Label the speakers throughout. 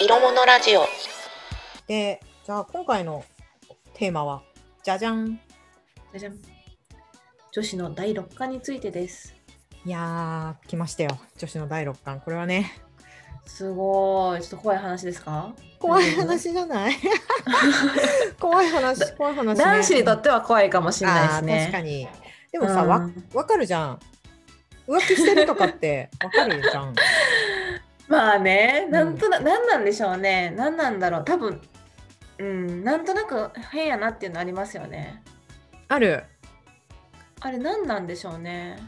Speaker 1: 青物ラジオ
Speaker 2: で、じゃあ今回のテーマは、じゃじゃん。
Speaker 3: じゃん。女子の第六感についてです。
Speaker 2: いやー、来ましたよ。女子の第六巻。これはね、
Speaker 3: すごい。ちょっと怖い話ですか
Speaker 2: 怖い話じゃない 怖い話、怖い話、ね。
Speaker 3: 男子にとっては怖いかもしれないで
Speaker 2: あ
Speaker 3: す
Speaker 2: ー確か
Speaker 3: ね。
Speaker 2: に。でもさ、
Speaker 3: うん
Speaker 2: わわかるじゃん。浮気してるとか ってわかるじゃん。
Speaker 3: まあね、なんとな、なんなんでしょうね。なんなんだろう。多分、うん、なんとなく変やなっていうのありますよね。
Speaker 2: ある。
Speaker 3: あれ、なんなんでしょうね。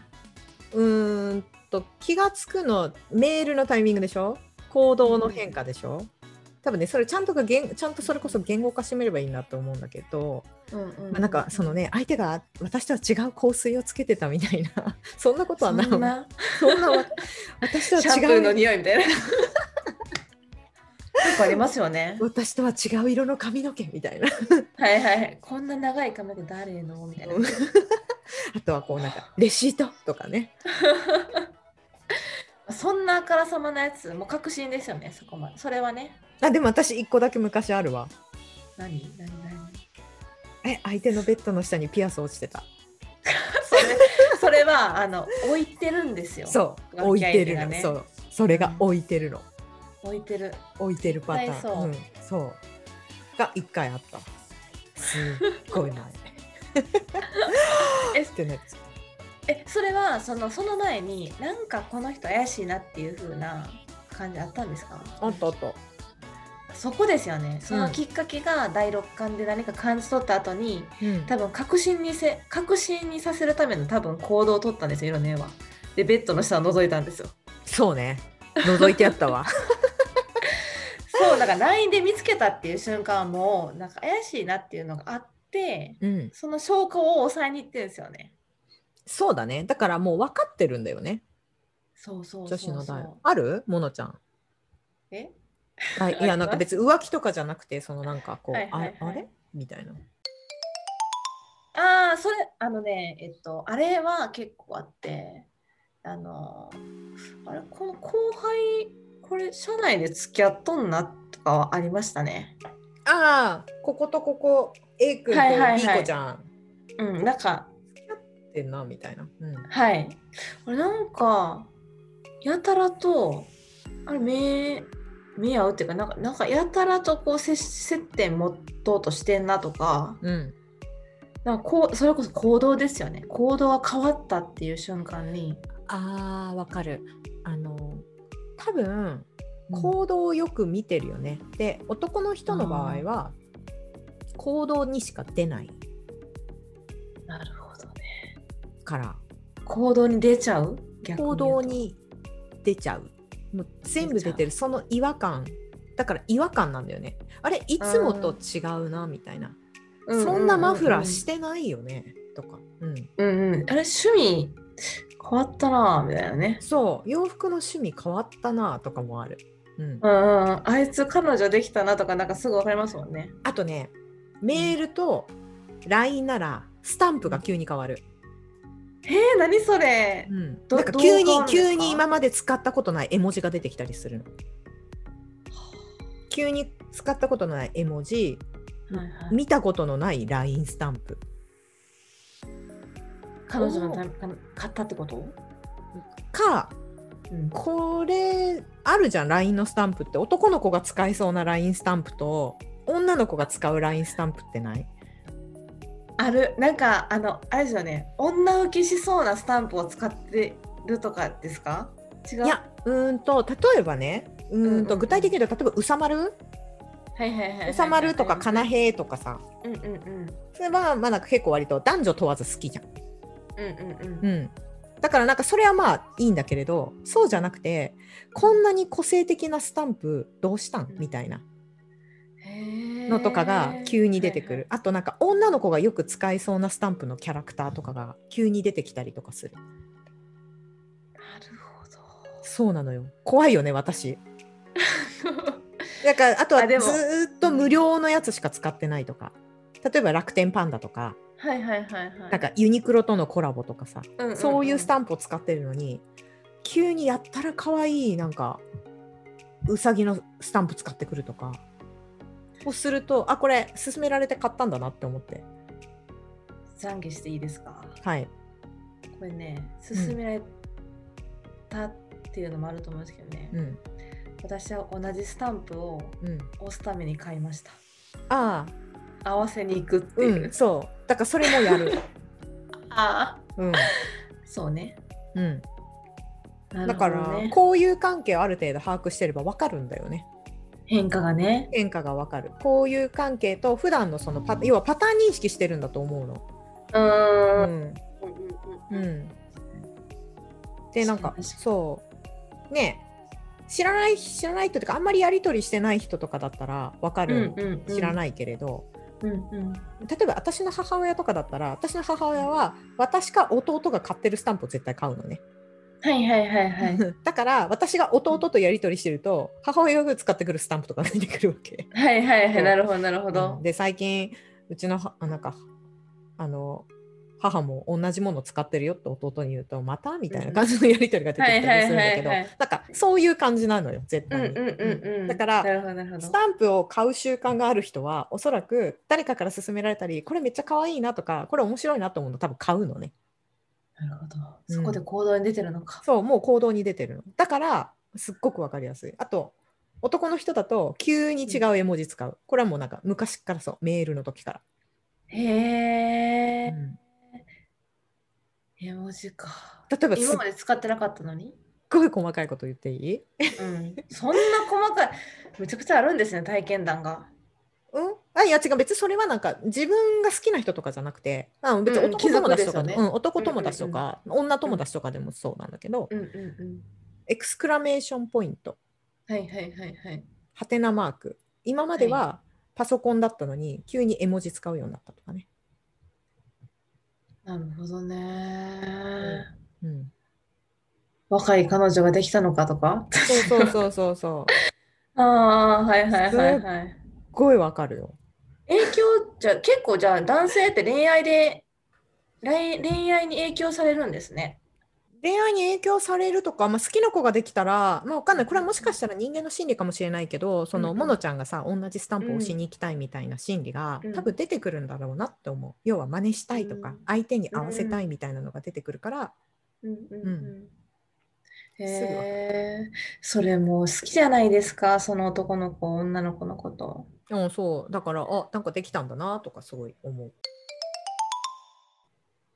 Speaker 2: うーんと、気がつくの、メールのタイミングでしょ行動の変化でしょ多分ね、それちゃんとが言ちゃんとそれこそ言語化してみればいいなと思うんだけど、
Speaker 3: うんうん
Speaker 2: まあ、なんかそのね相手が私とは違う香水をつけてたみたいな そんなことは
Speaker 3: そ
Speaker 2: ない
Speaker 3: んな
Speaker 2: そんな わ私と
Speaker 3: シャンプ
Speaker 2: は
Speaker 3: ーの
Speaker 2: 違う
Speaker 3: 匂いみたい な。結構ありますよね。
Speaker 2: 私とは違う色の髪の毛みたいな
Speaker 3: はいはいはい。こんな長い髪の毛誰のみたいな。
Speaker 2: あとはこうなんかレシートとかね
Speaker 3: そんなあからさまなやつ、もう確信ですよね、そこまで。それはね。
Speaker 2: あでも私一個だけ昔あるわ
Speaker 3: 何何 何
Speaker 2: え相手のベッドの下にピアス落ちてた
Speaker 3: それそれは、あの、置いてるんですよ。
Speaker 2: そう置
Speaker 3: 浮
Speaker 2: い
Speaker 3: 気
Speaker 2: て
Speaker 3: 相手
Speaker 2: る
Speaker 3: が
Speaker 2: の、
Speaker 3: ね
Speaker 2: そうそれが置いてるの
Speaker 3: 置いてる。
Speaker 2: 置いてるパターン
Speaker 3: 絶対そう
Speaker 2: うん、そうが一回あったすっごい前
Speaker 3: え
Speaker 2: ってね
Speaker 3: え、それは、その、その前に、なんかこの人怪しいなっていう風な感じあったんですか
Speaker 2: あったあった
Speaker 3: そこですよね。そうの
Speaker 2: ん
Speaker 3: きっかけが第六感で何か感じ取った後に、
Speaker 2: うん
Speaker 3: 多分確信にせ確信にさせるための多分行動を取ったんですよ、色の絵は。で、ベッドの下を覗いたんですよ。
Speaker 2: そうね。覗いてやった わ。
Speaker 3: そうだから LINE で見つけたっていう瞬間はもうなんか怪しいなっていうのがあって
Speaker 2: うん。
Speaker 3: その証拠を抑えに行ってるんですよね。
Speaker 2: そうだね。だからもう分かってるんだよね。
Speaker 3: そうそうそ
Speaker 2: 女
Speaker 3: う
Speaker 2: 子
Speaker 3: そう
Speaker 2: の代。あるものちゃん。
Speaker 3: え
Speaker 2: あいや、
Speaker 3: あります
Speaker 2: なんか別に浮気とかじゃなくて、そのなんかこう、
Speaker 3: はいはいはい
Speaker 2: ああれみたいな。
Speaker 3: ああそれあのねえっとあれは結構あってあのあれこの後輩これ社内で付き合っとんなとかはありましたね。
Speaker 2: ああ、こことここ、A 君と
Speaker 3: はいはいはい
Speaker 2: B 子ちゃん
Speaker 3: うんなんか
Speaker 2: ってんな、みたいな。うん。
Speaker 3: はい。あれなんか、やたらと、あれ目、目合うっていうか、なんか、なんかやたらとこう接接点持とうとしてんなとか、
Speaker 2: うん。
Speaker 3: なんかこう、それこそ行動ですよね。行動が変わったっていう瞬間に。
Speaker 2: ああ、わかる。あの、多分、
Speaker 3: こ、
Speaker 2: 行動をよく見てるよね。で、男の人の場合は、行動にしか出ないう
Speaker 3: なるほどね。
Speaker 2: から。
Speaker 3: 行動に出ちゃう逆
Speaker 2: 行
Speaker 3: 言うと
Speaker 2: 動に出ちゃうもう全部出
Speaker 3: 出
Speaker 2: てるその違和感だから違和感なんだよねあれいつもと違うなみたいな、
Speaker 3: うううう
Speaker 2: そんなマフラーしてないよね、とか、うん、
Speaker 3: うんうんあれ趣味変わったなぁみたいなね
Speaker 2: そう洋服の趣味変わったなとかもある、うん
Speaker 3: うんうんうんあいつ彼女できたなとかなんかすぐ分かりますもんね
Speaker 2: あとねメールと LINE ならスタンプが急に変わる、
Speaker 3: えー、何それ
Speaker 2: うん、
Speaker 3: ど
Speaker 2: なんか急
Speaker 3: どう変
Speaker 2: に
Speaker 3: わるんですか
Speaker 2: 急に今まで使ったことない絵文字が出てきたりするの急に使ったことのない絵文字
Speaker 3: はいはい
Speaker 2: 見たことのない LINE スタンプ
Speaker 3: 彼女のため買ったってこと、
Speaker 2: か
Speaker 3: うん、
Speaker 2: これあるじゃん LINE のスタンプって男の子が使いそうな LINE スタンプと女の子が使う LINE スタンプってない
Speaker 3: あるなんかあのあれですよね女受けしそうなスタンプを使ってるとかですか違う
Speaker 2: いやうーんと例えばねうーん
Speaker 3: うんうん
Speaker 2: と
Speaker 3: うん
Speaker 2: 具体的に言うと例えば「うさまる」
Speaker 3: はいはいはい
Speaker 2: 「
Speaker 3: はいう
Speaker 2: さまる」とか「かな
Speaker 3: へ
Speaker 2: へ」とかさ
Speaker 3: うんうんうん
Speaker 2: それはまあなんか結構割と男女問わず好きじゃん。
Speaker 3: うんうんうん
Speaker 2: うんだからなんかそれはまあいいんだけれどそうじゃなくてこんなに個性的なスタンプどうしたんみたいな
Speaker 3: へー
Speaker 2: のとかが急に出てくる、あとなんか女の子がよく使いそうなスタンプのキャラクターとかが急に出てきたりとかする
Speaker 3: は
Speaker 2: そうなのよ怖いよね私
Speaker 3: いはいはいなるほど
Speaker 2: だからあとは
Speaker 3: あ
Speaker 2: ず
Speaker 3: でも
Speaker 2: ーっと無料のやつしか使ってないとか例えば楽天パンダとか
Speaker 3: はいはいはいはい
Speaker 2: なんかユニクロとのコラボとかさ、
Speaker 3: うんうんうん
Speaker 2: そういうスタンプを使ってるのに急にやったら可愛いなんかうさぎのスタンプ使ってくるとかをするとあこれ勧められて買ったんだなって思って
Speaker 3: 懺悔していいですか
Speaker 2: はい
Speaker 3: これね勧められたっていうのもあると思うんですけどね、
Speaker 2: うん
Speaker 3: 私は同じスタンプを
Speaker 2: うん
Speaker 3: 押すために買いました
Speaker 2: ああ
Speaker 3: 合わせに行くっていうう、
Speaker 2: んそうだからそれもや る
Speaker 3: ああ
Speaker 2: うん
Speaker 3: そうね
Speaker 2: うん
Speaker 3: なる
Speaker 2: だ
Speaker 3: ほ
Speaker 2: か
Speaker 3: ど
Speaker 2: ら
Speaker 3: ね、
Speaker 2: こういう関係をある程度把握してれば分かるんだよね
Speaker 3: 変化がね
Speaker 2: 変化が分かるこういう関係と普段のそのパ要はパターン認識してるんだと思うの
Speaker 3: うーん
Speaker 2: ん
Speaker 3: う
Speaker 2: うんん、でなんか
Speaker 3: 確かに
Speaker 2: そうね知らない知らない人とかあんまりやり取りしてない人とかだったらわかる、
Speaker 3: うん
Speaker 2: 知ら
Speaker 3: い、
Speaker 2: ないけれど
Speaker 3: うんうん、
Speaker 2: 例えば私の母親とかだったら私の母親は私か弟が買ってるスタンプを絶対買うのね、
Speaker 3: はいはいはい はい
Speaker 2: だから私が弟とやり取りしてると母親が使ってくるスタンプとか出てくるわけ。
Speaker 3: はいはいは
Speaker 2: そ
Speaker 3: いうなるほどなるほど、
Speaker 2: で最近うちのはあなんかあの母も同じもの使ってるよって弟に言うとまたみたいな感じのやり取りが出てきたりするんだけど
Speaker 3: はいはいはいは
Speaker 2: ないんかそういう感じなのよ絶
Speaker 3: うん、う
Speaker 2: 対
Speaker 3: ん
Speaker 2: に。
Speaker 3: うんうん
Speaker 2: だから
Speaker 3: なるほどなるほど
Speaker 2: スタンプを買う習慣がある人はおそらく誰かから勧められたりこれめっちゃ可愛いなとかこれ面白いなと思うの多分買うのね
Speaker 3: なるほど
Speaker 2: うん
Speaker 3: そこで行動に出てるのか、
Speaker 2: そうもう行動に出てるのだからすっごくわかりやすいあと男の人だと急に違う絵文字使うこれはもうなんか昔からそうメールの時から、
Speaker 3: へえ
Speaker 2: うん
Speaker 3: 絵文字か
Speaker 2: 例えばす
Speaker 3: 今
Speaker 2: っ
Speaker 3: まで使ってなかったのに、
Speaker 2: ごい細かいこと言っていい
Speaker 3: うん、そんな細かいめちゃくちゃあるんですね体験談が
Speaker 2: うん、あいや違う別にそれはなんか自分が好きな人とかじゃなくてあ別に
Speaker 3: うんうん
Speaker 2: 男友達とか
Speaker 3: 貴族で
Speaker 2: で、
Speaker 3: す
Speaker 2: う
Speaker 3: よ
Speaker 2: ん、男友達とか、女友達とかでもそうなんだけど、
Speaker 3: うんうんうん
Speaker 2: エクスクラメーションポイント
Speaker 3: はいはいはいはい
Speaker 2: はてなマーク今まではパソコンだったのに急に絵文字使うようになったとかね、
Speaker 3: なるほどね
Speaker 2: うん、
Speaker 3: 若い彼女ができたのかとか
Speaker 2: そうそうそうそうそうす
Speaker 3: ああはいはいはいはい
Speaker 2: っごいわかるよ
Speaker 3: 影響じゃ結構じゃあ男性って恋愛で恋恋愛に影響されるんですね。
Speaker 2: 恋愛に影響されるとか、まあ、好きな子ができたら、まあ、わかんないこれはもしかしたら人間の心理かもしれないけどその
Speaker 3: うん
Speaker 2: モノちゃんがさ同じスタンプを押しに行きたいみたいな心理が、
Speaker 3: うん
Speaker 2: 多分出てくるんだろうなって思う要は真似したいとか、
Speaker 3: うん
Speaker 2: 相手に合わせたいみたいなのが出てくるから、
Speaker 3: うんうん
Speaker 2: んうん
Speaker 3: へ
Speaker 2: すぐわかる
Speaker 3: えそれもう好きじゃないですかその男の子女の子のこと。
Speaker 2: うん、そうだからあなんかできたんだなとかすごい思う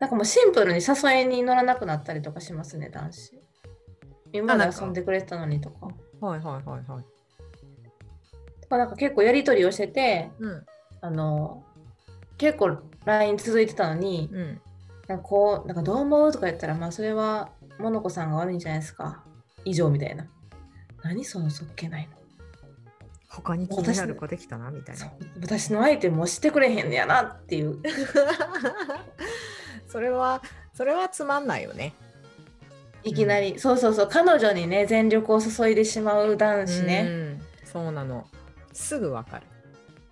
Speaker 3: なんかもうシンプルに誘いに乗らなくなったりとかしますね男子。今ま
Speaker 2: あなん
Speaker 3: で
Speaker 2: か
Speaker 3: 遊んでくれてたのにとか。
Speaker 2: はいはいはいはい、
Speaker 3: とかなんか結構やり取りをしてて
Speaker 2: うん
Speaker 3: あの結構 LINE 続いてたのに、
Speaker 2: うん、
Speaker 3: なんかこう、なんかどう思うとか言ったら、まあそれは、モノコさんが悪いんじゃないですか。以上みたいな。何そのそっけないの
Speaker 2: 他に気になる子できたなみたい
Speaker 3: そう
Speaker 2: な
Speaker 3: 私の相手もしてくれへんねやなっていう。
Speaker 2: それはそれはつまんないよね
Speaker 3: いきなり、そうそうそう、彼女にね、全力を注いでしまう男子
Speaker 2: う
Speaker 3: ね。
Speaker 2: ん、そうなのすぐわかる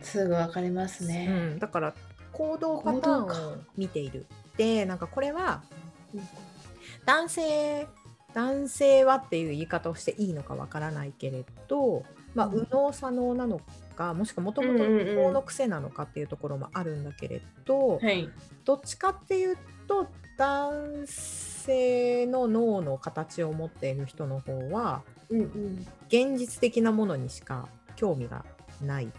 Speaker 3: すぐわかります
Speaker 2: う
Speaker 3: ね。
Speaker 2: ん、だから行動パター
Speaker 3: 行動
Speaker 2: ンを見ているでなんかこれは男性男性はっていう言い方をしていいのかわからないけれど、まあ、
Speaker 3: うん
Speaker 2: 右脳左脳なのかもしくはもともと
Speaker 3: うんうんうん
Speaker 2: のの癖なのかっていうところもあるんだけれど、
Speaker 3: はい。
Speaker 2: どっちかっていうと男性の脳の形を持っている人の方は
Speaker 3: うんうん。
Speaker 2: 現実的なものにしか興味がない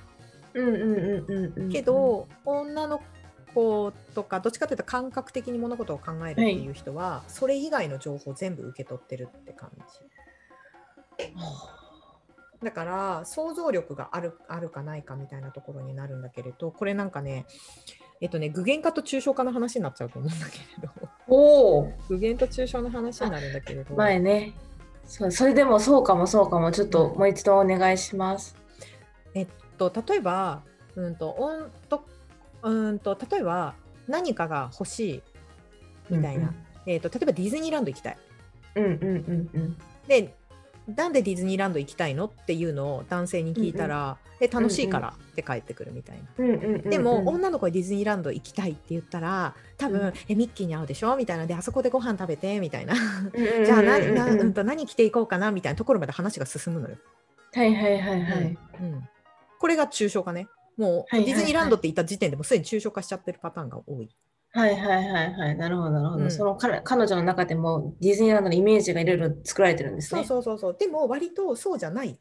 Speaker 3: うんうんうんうんうん。
Speaker 2: け、ど、女の子とかどっちかというと感覚的に物事を考えるっていう人は、それ以外の情報を全部受け取ってるって感じだから想像力があるあるかないかみたいなところになるんだけれどこれなんかねえっとね具現化と抽象化の話になっちゃうと思うんだけれど
Speaker 3: おお
Speaker 2: 具現と抽象の話になるんだけれど
Speaker 3: 前ね。そうそれでもそうかもそうかも、ちょっともう一度お願いします。
Speaker 2: えっと例えばうんとおんとうんと例えば何かが欲しいみたいな、えっと例えばディズニーランド行きたい
Speaker 3: うんうんうんうん
Speaker 2: でなんでディズニーランド行きたいのっていうのを男性に聞いたら、え楽しいからって帰ってくるみたいな、
Speaker 3: うん。うんうんうんうん
Speaker 2: でも、女の子にディズニーランド行きたいって言ったら多分、
Speaker 3: うん
Speaker 2: えミッキーに会うでしょみたいなであそこでご飯食べてみたいな
Speaker 3: うんうんうんうん
Speaker 2: じゃあ何,な、うんと何着ていこうかなみたいなところまで話が進むのよ
Speaker 3: はいはいはいはい。
Speaker 2: うん、これが抽象化ね。もう
Speaker 3: はいはいは
Speaker 2: デ
Speaker 3: い
Speaker 2: ィズニーランドって言った時点でもうすでに抽象化しちゃってるパターンが多い。
Speaker 3: はいはいはいはい。なるほどなるほど。
Speaker 2: うん
Speaker 3: その彼彼女の中でもディズニーランドのイメージがいろいろ作られてるんです
Speaker 2: そ
Speaker 3: ね。
Speaker 2: うそうそうそう。でも割とそうじゃない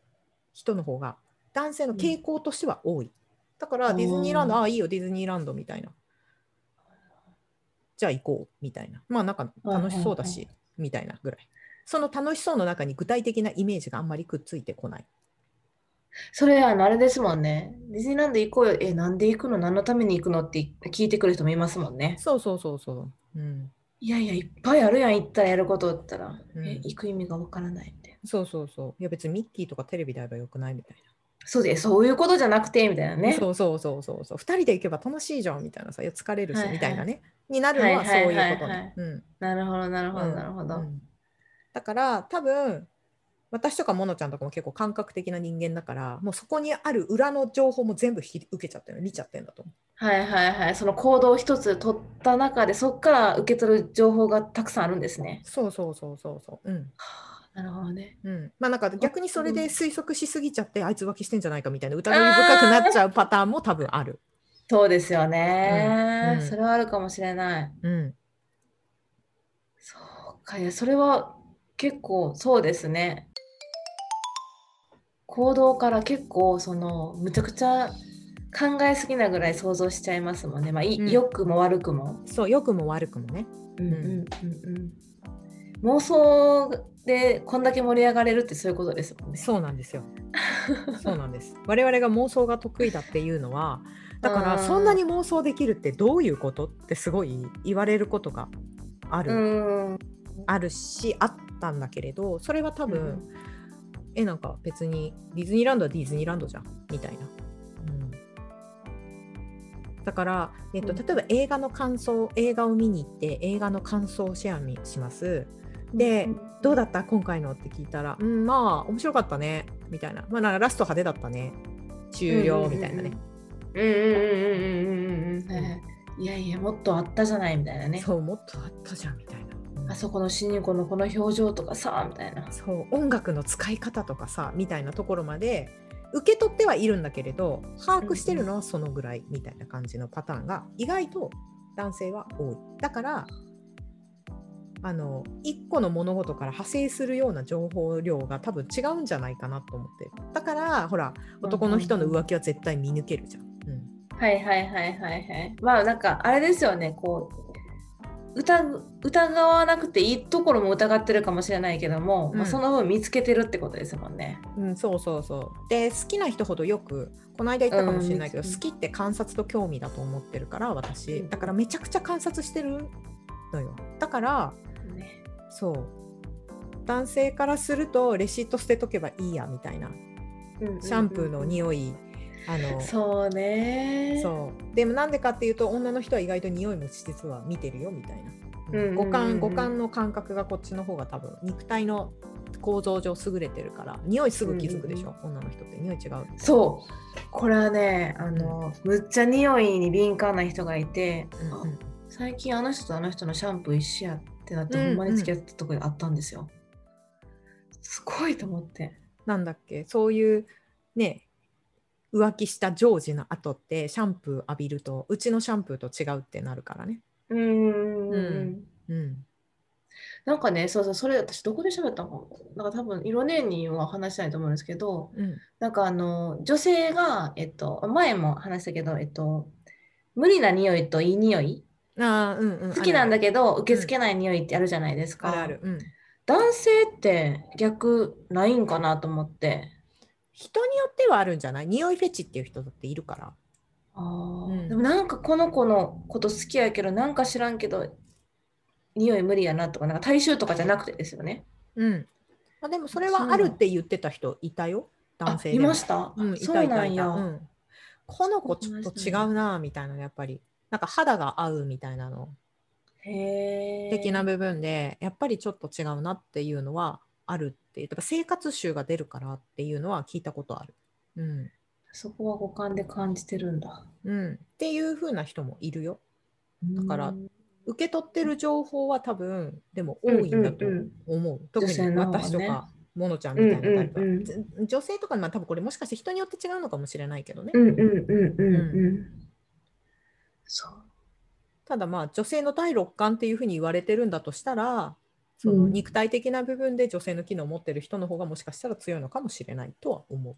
Speaker 2: 人の方が男性の傾向としては多い。だから
Speaker 3: うん
Speaker 2: ディズニーランド、
Speaker 3: おー
Speaker 2: ああいいよディズニーランドみたいな。じゃあ行こうみたいな。まあなんか楽しそうだ
Speaker 3: はい
Speaker 2: しみたいなぐらい。その楽しそうの中に具体的なイメージがあんまりくっついてこない。
Speaker 3: それあのあれですもんね。ディズニーランド行こうよ。え、なんで行くの何のために行くのって聞いてくる人もいますもんね。
Speaker 2: そうそうそうそう。うん。
Speaker 3: いやいや、いっぱいあるやん、行ったらやることって言ったら、
Speaker 2: うん
Speaker 3: え、行く意味がわからないみたいな。
Speaker 2: そうそうそう。いや別にミッキーとかテレビであればよくないみたいな。
Speaker 3: そうで、そういうことじゃなくて、みたいなね。
Speaker 2: そうそうそうそうそう2人で行けば楽しいじゃんみたいなさいや疲れるし、
Speaker 3: はいはい
Speaker 2: みたいなねになるのはそういうこと
Speaker 3: はいはいはいは
Speaker 2: ね
Speaker 3: い
Speaker 2: うん
Speaker 3: なるほど、なるほど、
Speaker 2: うん
Speaker 3: なるほど。
Speaker 2: うんだから多分私とかモノちゃんとかも結構感覚的な人間だからもうそこにある裏の情報も全部引き受けちゃってる見ちゃってるんだと思
Speaker 3: はいはいはい。その行動を一つ取った中で、そこから受け取る情報がたくさんあるんですね
Speaker 2: う。そうそうそうそうそううん
Speaker 3: はあなるほどね。
Speaker 2: うんまあなんか逆にそれで推測しすぎちゃってあいつ浮気してんじゃないかみたいな疑い深くなっちゃうパターンも多分ある
Speaker 3: そうですよ
Speaker 2: う。
Speaker 3: ね
Speaker 2: んうん
Speaker 3: それはあるかもしれない。
Speaker 2: うん
Speaker 3: そうか、いや、それは結構そうですね。行動から結構、その、むちゃくちゃ考えすぎなぐらい想像しちゃいますもんね。まあ、い
Speaker 2: うん
Speaker 3: 良くも悪くも。
Speaker 2: そう良くも悪くもね
Speaker 3: うんうんうんうん妄想でこんだけ盛り上がれるってそういうことですもんね。
Speaker 2: そうなんです よ。そうなんです。我々が妄想が得意だっていうのは、だか
Speaker 3: う
Speaker 2: ら
Speaker 3: ん
Speaker 2: そんなに妄想できるってどういうことってすごい言われることがある、
Speaker 3: うん。
Speaker 2: あるしあったんだけれど、それは多分、
Speaker 3: うん
Speaker 2: えなんか別にディズニーランドはディズニーランドじゃんみたいな。うんだから、えっと、
Speaker 3: うん
Speaker 2: 例えば映画の感想映画を見に行って映画の感想をシェアみします。でどうだった今回のって聞いたら、うん、まあ面白かったねみたいな、まあ、なんかラスト派手だったね終了みたいなね、。
Speaker 3: うんうんうんうんうんうんうんうんうんはいはい。いやいやもっとあったじゃないみたいなね。
Speaker 2: そうもっとあったじゃんみたいな、うん
Speaker 3: あそこの主人公のこの表情とかさみたいな。
Speaker 2: そう音楽の使い方とかさみたいなところまで受け取ってはいるんだけれど把握してるのはそのぐらいみたいな感じのパターンが意外と男性は多いだからあの1個の物事から派生するような情報量が多分違うんじゃないかなと思ってるだからほら男の人の浮気は絶対見抜けるじゃん。うん
Speaker 3: はいはいはいはいはい。まあなんかあれですよねこう疑疑わなくていいところも疑ってるかもしれないけども、
Speaker 2: う
Speaker 3: まあ
Speaker 2: ん
Speaker 3: その分見つけてるってことですもんね。
Speaker 2: うん、そうそうそう。で好きな人ほどよくこの間言ったかもしれないけど、
Speaker 3: うん
Speaker 2: 好きって観察と興味だと思ってるから
Speaker 3: う
Speaker 2: 私
Speaker 3: ん
Speaker 2: だからめちゃくちゃ観察してるのよだから
Speaker 3: ね
Speaker 2: そう男性からするとレシート捨てとけばいいやみたいなシャンプーの匂いあのそ
Speaker 3: そうね
Speaker 2: うでもなんでかっていうと女の人は意外と匂いも実は見てるよみたいな、
Speaker 3: うんうんうん
Speaker 2: 五感五感の感覚がこっちの方が多分肉体の構造上優れてるから匂いすぐ気づくでしょ、女の人って匂い違う
Speaker 3: そうこれはねあの、むっちゃ匂いに敏感な人がいて、
Speaker 2: うんうん
Speaker 3: あ最近あの人とあの人のシャンプー一緒やってなって、
Speaker 2: うん
Speaker 3: ほんまに付き合ってたとこあったんですよすごいと思って
Speaker 2: なんだっけそういうね浮気したジョージの後ってシャンプー浴びるとうちのシャンプーと違うってなるからね。
Speaker 3: うーん
Speaker 2: うんうん、
Speaker 3: なんかねそうそうそれ私どこで喋ったのかななんか多分色ねえには話してないと思うんですけど
Speaker 2: うん、
Speaker 3: なんかあの女性がえっと前も話したけどえっと無理な匂いといい匂い
Speaker 2: あーうんうん、
Speaker 3: 好きなんだ
Speaker 2: け
Speaker 3: けど受け付けない匂いってあるじゃないですか、
Speaker 2: あるある、うん。
Speaker 3: 男性って逆ないんかなと思って
Speaker 2: 人によってはあるんじゃない匂いフェチっていう人だっているから。うん
Speaker 3: でもなんかこの子のこと好きやけどなんか知らんけど匂い無理やなとかなんか体臭とかじゃなくてですよね
Speaker 2: うんまあ、でもそれはあるって言ってた人いたよ男性
Speaker 3: あ
Speaker 2: で
Speaker 3: い
Speaker 2: も
Speaker 3: ました、
Speaker 2: うん、い
Speaker 3: そ
Speaker 2: た
Speaker 3: う
Speaker 2: い
Speaker 3: な
Speaker 2: た
Speaker 3: ん
Speaker 2: いた。
Speaker 3: や、
Speaker 2: うん、この子ちょっと違うなみたいなやっぱりなんか肌が合うみたいなの
Speaker 3: へえ
Speaker 2: 的な部分でやっぱりちょっと違うなっていうのはあるっていうだから生活臭が出るからっていうのは聞いたことある。うん
Speaker 3: そこは五感で感じてるんだ
Speaker 2: うん、っていう風な人もいるよ。
Speaker 3: だ
Speaker 2: から
Speaker 3: うん
Speaker 2: 受け取ってる情報は多分でも多いんだと
Speaker 3: うんうん
Speaker 2: 思う。特
Speaker 3: 女性
Speaker 2: に
Speaker 3: の方がね
Speaker 2: 私とか、モノちゃんみたいなタイプは、
Speaker 3: うんうんうん
Speaker 2: ぜ女性とか、まあ、多分これもしかして人によって違うのかもしれないけどね、
Speaker 3: うんうんうんうんうん。そう。
Speaker 2: ただまあ女性の第六感っていうふうに言われてるんだとしたらその
Speaker 3: うん
Speaker 2: 肉体的な部分で女性の機能を持ってる人の方がもしかしたら強いのかもしれないとは思う。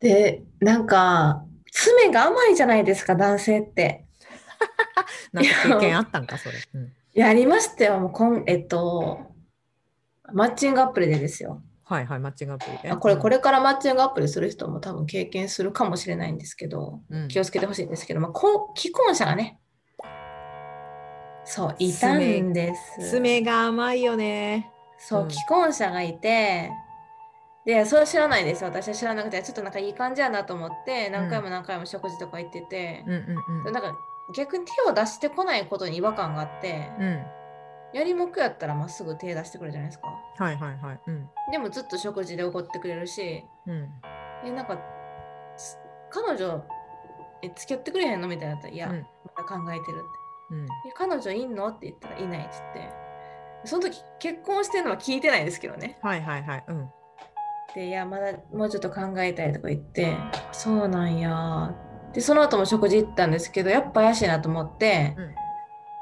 Speaker 3: で、なんか、爪が甘いじゃないですか、男性って。
Speaker 2: うん、なんか経験あったんかそれ。うん、
Speaker 3: やりましたよ、もうこん、えっと、マッチングアプリでですよ。
Speaker 2: はいはいマッチングアプリで。
Speaker 3: あこれ、これからマッチングアプリする人も多分経験するかもしれないんですけど、
Speaker 2: うん、
Speaker 3: 気をつけてほしいんですけど、まあ、こう既婚者がね、そう、いたんです。
Speaker 2: 爪が甘いよね。
Speaker 3: そうう、
Speaker 2: ん
Speaker 3: 既婚者がいて、で、それは知らないです。私は知らなくて、ちょっとなんかいい感じやなと思って、何回も何回も食事とか行ってて
Speaker 2: うん、うんうん。
Speaker 3: なんか逆に手を出してこないことに違和感があって、
Speaker 2: うん、
Speaker 3: やりもくやったらまっすぐ手出してくるじゃないですか。
Speaker 2: はいはいはい。うん
Speaker 3: でもずっと食事で怒ってくれるし、
Speaker 2: うん
Speaker 3: え、なんか、す彼女、え、付き合ってくれへんのみたいなったら、いや、
Speaker 2: うん
Speaker 3: また考えてるって。
Speaker 2: うん、
Speaker 3: え彼女いんのって言ったら、いないって言って。その時、結婚してるのは聞いてないですけどね。
Speaker 2: はいはいはい。うん
Speaker 3: で、いや、まだもうちょっと考えたいとか言って、そうなんや。で、その後も食事行ったんですけど、やっぱ怪しいなと思って、
Speaker 2: うん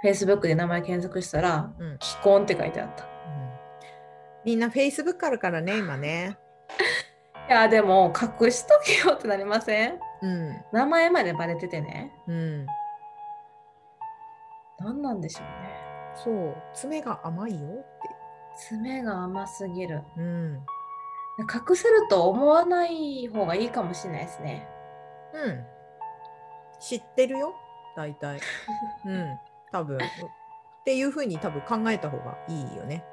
Speaker 3: Facebook で名前検索したら、
Speaker 2: うんうん。
Speaker 3: 既婚って書いてあった。
Speaker 2: みんなフェイスブックあるからね今ね。
Speaker 3: いや、でも、隠しとけよってなりません
Speaker 2: うん
Speaker 3: 名前までバレててね。
Speaker 2: うん。
Speaker 3: 何なんでしょうね。
Speaker 2: そう爪が甘いよって。
Speaker 3: 爪が甘すぎる。
Speaker 2: うん。
Speaker 3: 隠せると思わない方がいいかもしれないですね。
Speaker 2: うん。知ってるよ、大 体。うん、多分。っていうふうに多分考えた方がいいよね。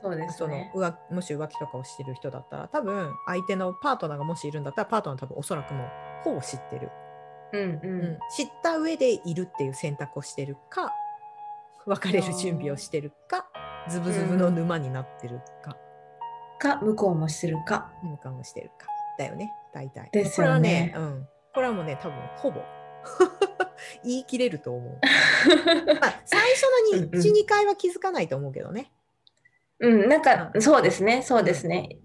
Speaker 3: そうです
Speaker 2: その
Speaker 3: ね。
Speaker 2: 浮もし浮気とかをしてる人だったら、多分相手のパートナーがもしいるんだったら、パートナーは多分おそらくもうほぼ知ってる、
Speaker 3: うんう。
Speaker 2: うんん。知った上でいるっていう選択をしてるか、別れる準備をしてるか、ズブズブの沼になってるか、
Speaker 3: か、向こうもしてるか。
Speaker 2: 入管をしてるか。だよね、大体。
Speaker 3: です
Speaker 2: これ
Speaker 3: よ
Speaker 2: は
Speaker 3: ね
Speaker 2: ね、うん。これはもうね、多分ほぼ 言い切れると思う。まあ、最初の
Speaker 3: うんうん
Speaker 2: 12、2回は気づかないと思うけどね。
Speaker 3: うん、なんか、
Speaker 2: うん
Speaker 3: そうですね、そうですね。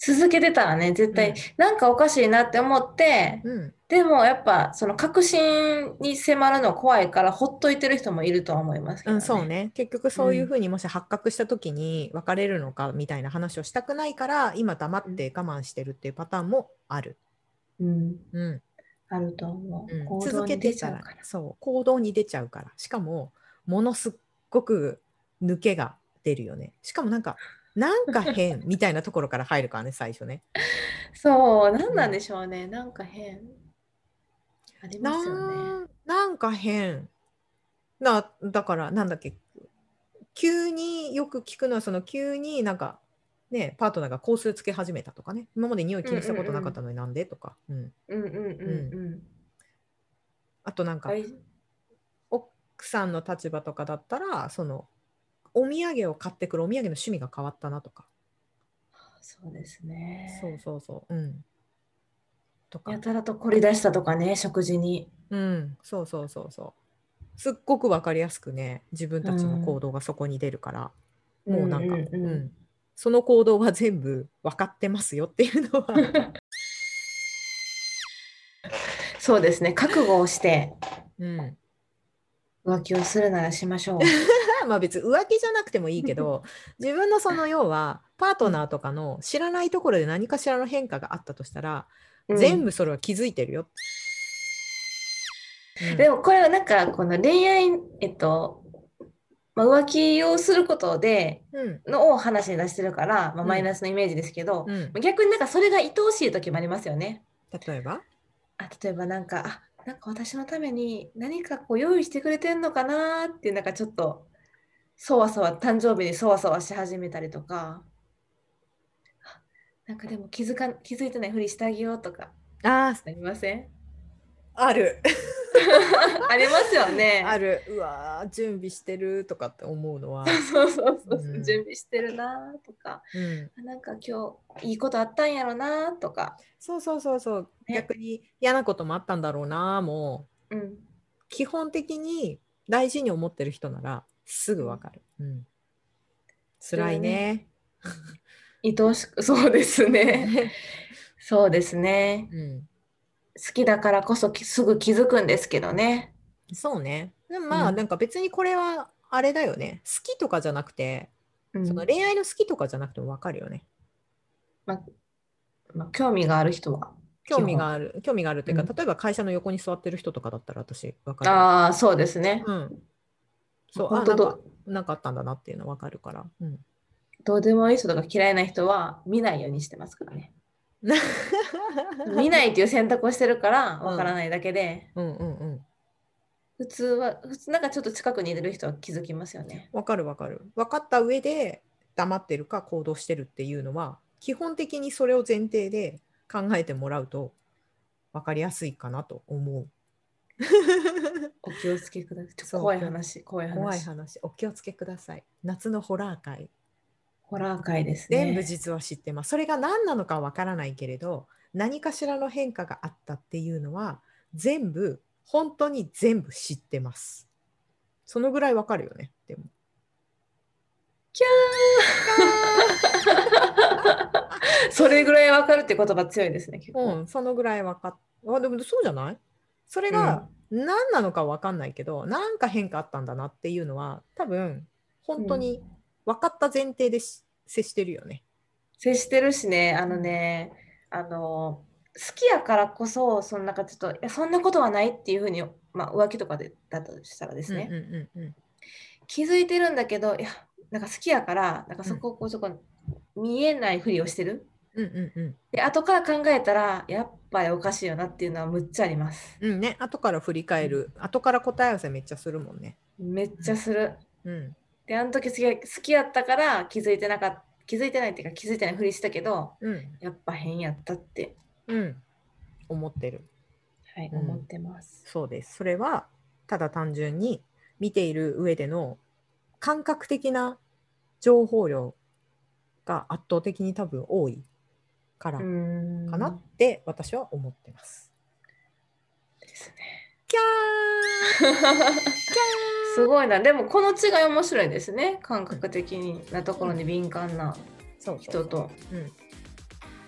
Speaker 3: 続けてたらね、絶対、
Speaker 2: うん
Speaker 3: なんかおかしいなって思って、
Speaker 2: うん、
Speaker 3: でもやっぱ、その確信に迫るの怖いから、ほっといてる人もいるとは思いますけ
Speaker 2: う
Speaker 3: ど、
Speaker 2: ん、そう。ね結局そういうふうにもし発覚した時に別れるのかみたいな話をしたくないから今黙って我慢してるっていうパターンもある、
Speaker 3: うん。
Speaker 2: うん
Speaker 3: あると思う。
Speaker 2: うん
Speaker 3: 行動に
Speaker 2: 続けて
Speaker 3: 出ち
Speaker 2: た
Speaker 3: ゃう
Speaker 2: ら
Speaker 3: から。
Speaker 2: そう行動に出ちゃうからしかもものすっごく抜けが出るよねしかも なんかなんか変みたいなところから入るからね最初ね
Speaker 3: そう、なんなんでしょうね。なんか変。ありま
Speaker 2: な
Speaker 3: すよね。
Speaker 2: んなんか変なだからなんだっけ急によく聞くのはその急になんかねパートナーが香水つけ始めたとかね今まで匂い気にしたことなかったのになんでとか、うん
Speaker 3: うんうんうんうん。
Speaker 2: あとなんか
Speaker 3: はい
Speaker 2: 奥さんの立場とかだったらそのお土産を買ってくるお土産の趣味が変わったなとか、
Speaker 3: そうですね。
Speaker 2: そうそうそううんとか
Speaker 3: やたらと凝り出したとかね、食事に。
Speaker 2: うんそうそうそうそうすっごく分かりやすくね自分たちの行動がそこに出るから、もうなんか、
Speaker 3: うんうん
Speaker 2: うんその行動は全部分かってますよっていうのは、
Speaker 3: そうですね。覚悟をして
Speaker 2: うん、
Speaker 3: 浮気をするならしましょう。
Speaker 2: まあ別に浮気じゃなくてもいいけ ど自分のその要はパートナーとかの知らないところで何かしらの変化があったとしたら、全
Speaker 3: 部。
Speaker 2: 部それは気づいてるよ。うん
Speaker 3: でもこれはなんか、この恋愛、えっと、まあ、浮気をすることで、
Speaker 2: うん
Speaker 3: のを話に出してるから、まあ、
Speaker 2: うん
Speaker 3: マイナスのイメージですけど、
Speaker 2: うん、
Speaker 3: 逆になんかそれが愛おしい時もありますよね。
Speaker 2: 例えば、
Speaker 3: あ例えばなんかあなんか私のために何かこう用意してくれてんのかなーっていうなんかちょっとそわそわ誕生日にそわそわし始めたりとかあなんかでも気づか気づいてないふりしてあげようとか
Speaker 2: あ
Speaker 3: ありません
Speaker 2: ある
Speaker 3: ありますよね
Speaker 2: あるうわー準備してるとかって思うのは、
Speaker 3: そうそうそうそう、
Speaker 2: うん
Speaker 3: 準備してるなーとか
Speaker 2: うん、
Speaker 3: あなんか今日いいことあったんやろなーとか、
Speaker 2: そうそうそうそう、
Speaker 3: ね
Speaker 2: 逆に嫌なこともあったんだろうなもう
Speaker 3: うん、
Speaker 2: 基本的に大事に思ってる人ならすぐわかる。うん辛いね。
Speaker 3: 愛おしく、そうですね。
Speaker 2: う
Speaker 3: そうですね。
Speaker 2: ん、
Speaker 3: 好きだからこそきすぐ気づくんですけどね。
Speaker 2: そうね。でもまあ、
Speaker 3: うん
Speaker 2: なんか別にこれはあれだよね。好きとかじゃなくて、
Speaker 3: うん
Speaker 2: その恋愛の好きとかじゃなくても分かるよね。
Speaker 3: まあ、興味がある人は。
Speaker 2: 興味がある、興味があるというか、
Speaker 3: うん
Speaker 2: 例えば会社の横に座ってる人とかだったら私分かる。
Speaker 3: ああ、そうですね。
Speaker 2: うん。そう、あ
Speaker 3: 本
Speaker 2: な
Speaker 3: 当
Speaker 2: ん
Speaker 3: ど
Speaker 2: かなんかあったんだなっていうの分かるから。 うん、
Speaker 3: どうでもいい人とか嫌いな人は見ないようにしてますからね。見ないという選択をしてるからわからないだけで、
Speaker 2: うんうんうん。
Speaker 3: 普通は普通なんかちょっと近くにいる人は気づきますよね。
Speaker 2: 分かる分かる。分かった上で黙ってるか行動してるっていうのは、基本的にそれを前提で考えてもらうと分かりやすいかなと思う。
Speaker 3: お気をつけください。ちょっ
Speaker 2: そう
Speaker 3: と怖い話、怖い 話。
Speaker 2: 怖い話、お気をつけください。夏のホラー界、
Speaker 3: ホラー界ですね。
Speaker 2: 全部実は知ってます。それが何なのかわからないけれど、何かしらの変化があったっていうのは、全部、本当に全部知ってます。そのぐらいわかるよね。でも
Speaker 3: キャー それぐらいわかるって言葉強いですね。結構
Speaker 2: うん、そのぐらいわかっあでもそうじゃないそれ
Speaker 3: うん
Speaker 2: が何なのかわかんないけど、なんか変化あったんだなっていうのは、多分、本当に分かった前提でし接してるよね。
Speaker 3: 接してるしね、あのね、あの、好きやからこそ、そのなんかちょっと、いや、そんなことはないっていうふうに、まあ、浮気とかでだとしたらですね、
Speaker 2: うんうんうんうん
Speaker 3: 気づいてるんだけど、いや、なんか好きやから、なんかそこをこう、そこ、見えないふりをしてる。
Speaker 2: うんうんうん
Speaker 3: で、後から考えたら、やっぱりおかしいよなっていうのはむっちゃあります。
Speaker 2: うんね、後から振り返る、後から答え合わせめっちゃするもんね。
Speaker 3: めっちゃする。
Speaker 2: うん、
Speaker 3: で、あの時好きや好きやったから気づいてなかった、気づいてないっていうか気づいてないふりしたけど、
Speaker 2: うん、
Speaker 3: やっぱ変やったって、
Speaker 2: うん、思ってる。
Speaker 3: はい、
Speaker 2: うん
Speaker 3: 思ってます。
Speaker 2: そうです。それはただ単純に見ている上での感覚的な情報量が圧倒的に多分多いから
Speaker 3: う
Speaker 2: か
Speaker 3: ーん
Speaker 2: なって私は思ってます。
Speaker 3: です
Speaker 2: キャーキ
Speaker 3: ね。
Speaker 2: ャー
Speaker 3: すごいな。でもこの違い面白いですね。感覚的なところに敏感な
Speaker 2: そうそう
Speaker 3: 人と。
Speaker 2: うん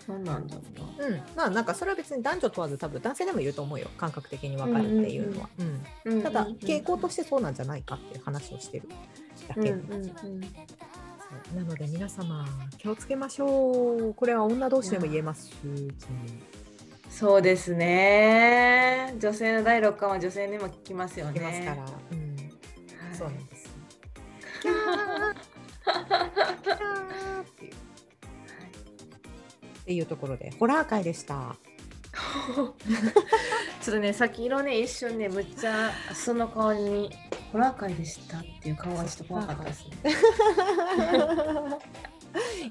Speaker 3: 何なんだろうな。
Speaker 2: うん、まあなんかそれは別に男女問わず多分男性でもいると思うよ感覚的に分かるっていうのは、うんただ傾向としてそうなんじゃないかっていう話をしてるだ
Speaker 3: うん
Speaker 2: け、
Speaker 3: うんうん
Speaker 2: そうなので皆様気をつけましょうこれは女同士でも言えますし、
Speaker 3: そうですね。女性の第六感は女性にも効きますよ
Speaker 2: います
Speaker 3: ね。
Speaker 2: から、うん、
Speaker 3: はい
Speaker 2: そうなんですキャーキャーっていうっていうところでホラー会でした
Speaker 3: ちょっとね、さっき色ね、一瞬ね、むっちゃその顔にホラー界でしたっていう顔がちょっと怖かったですね。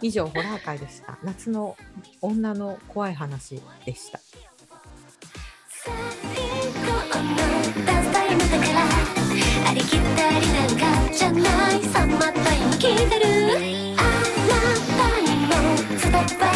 Speaker 2: 以上ホラー会でした夏の女の怖い話でした
Speaker 1: さあ行こうのダンスタイムだからありきたりなんかじゃないサマータイム聞いてるあなたにも伝わ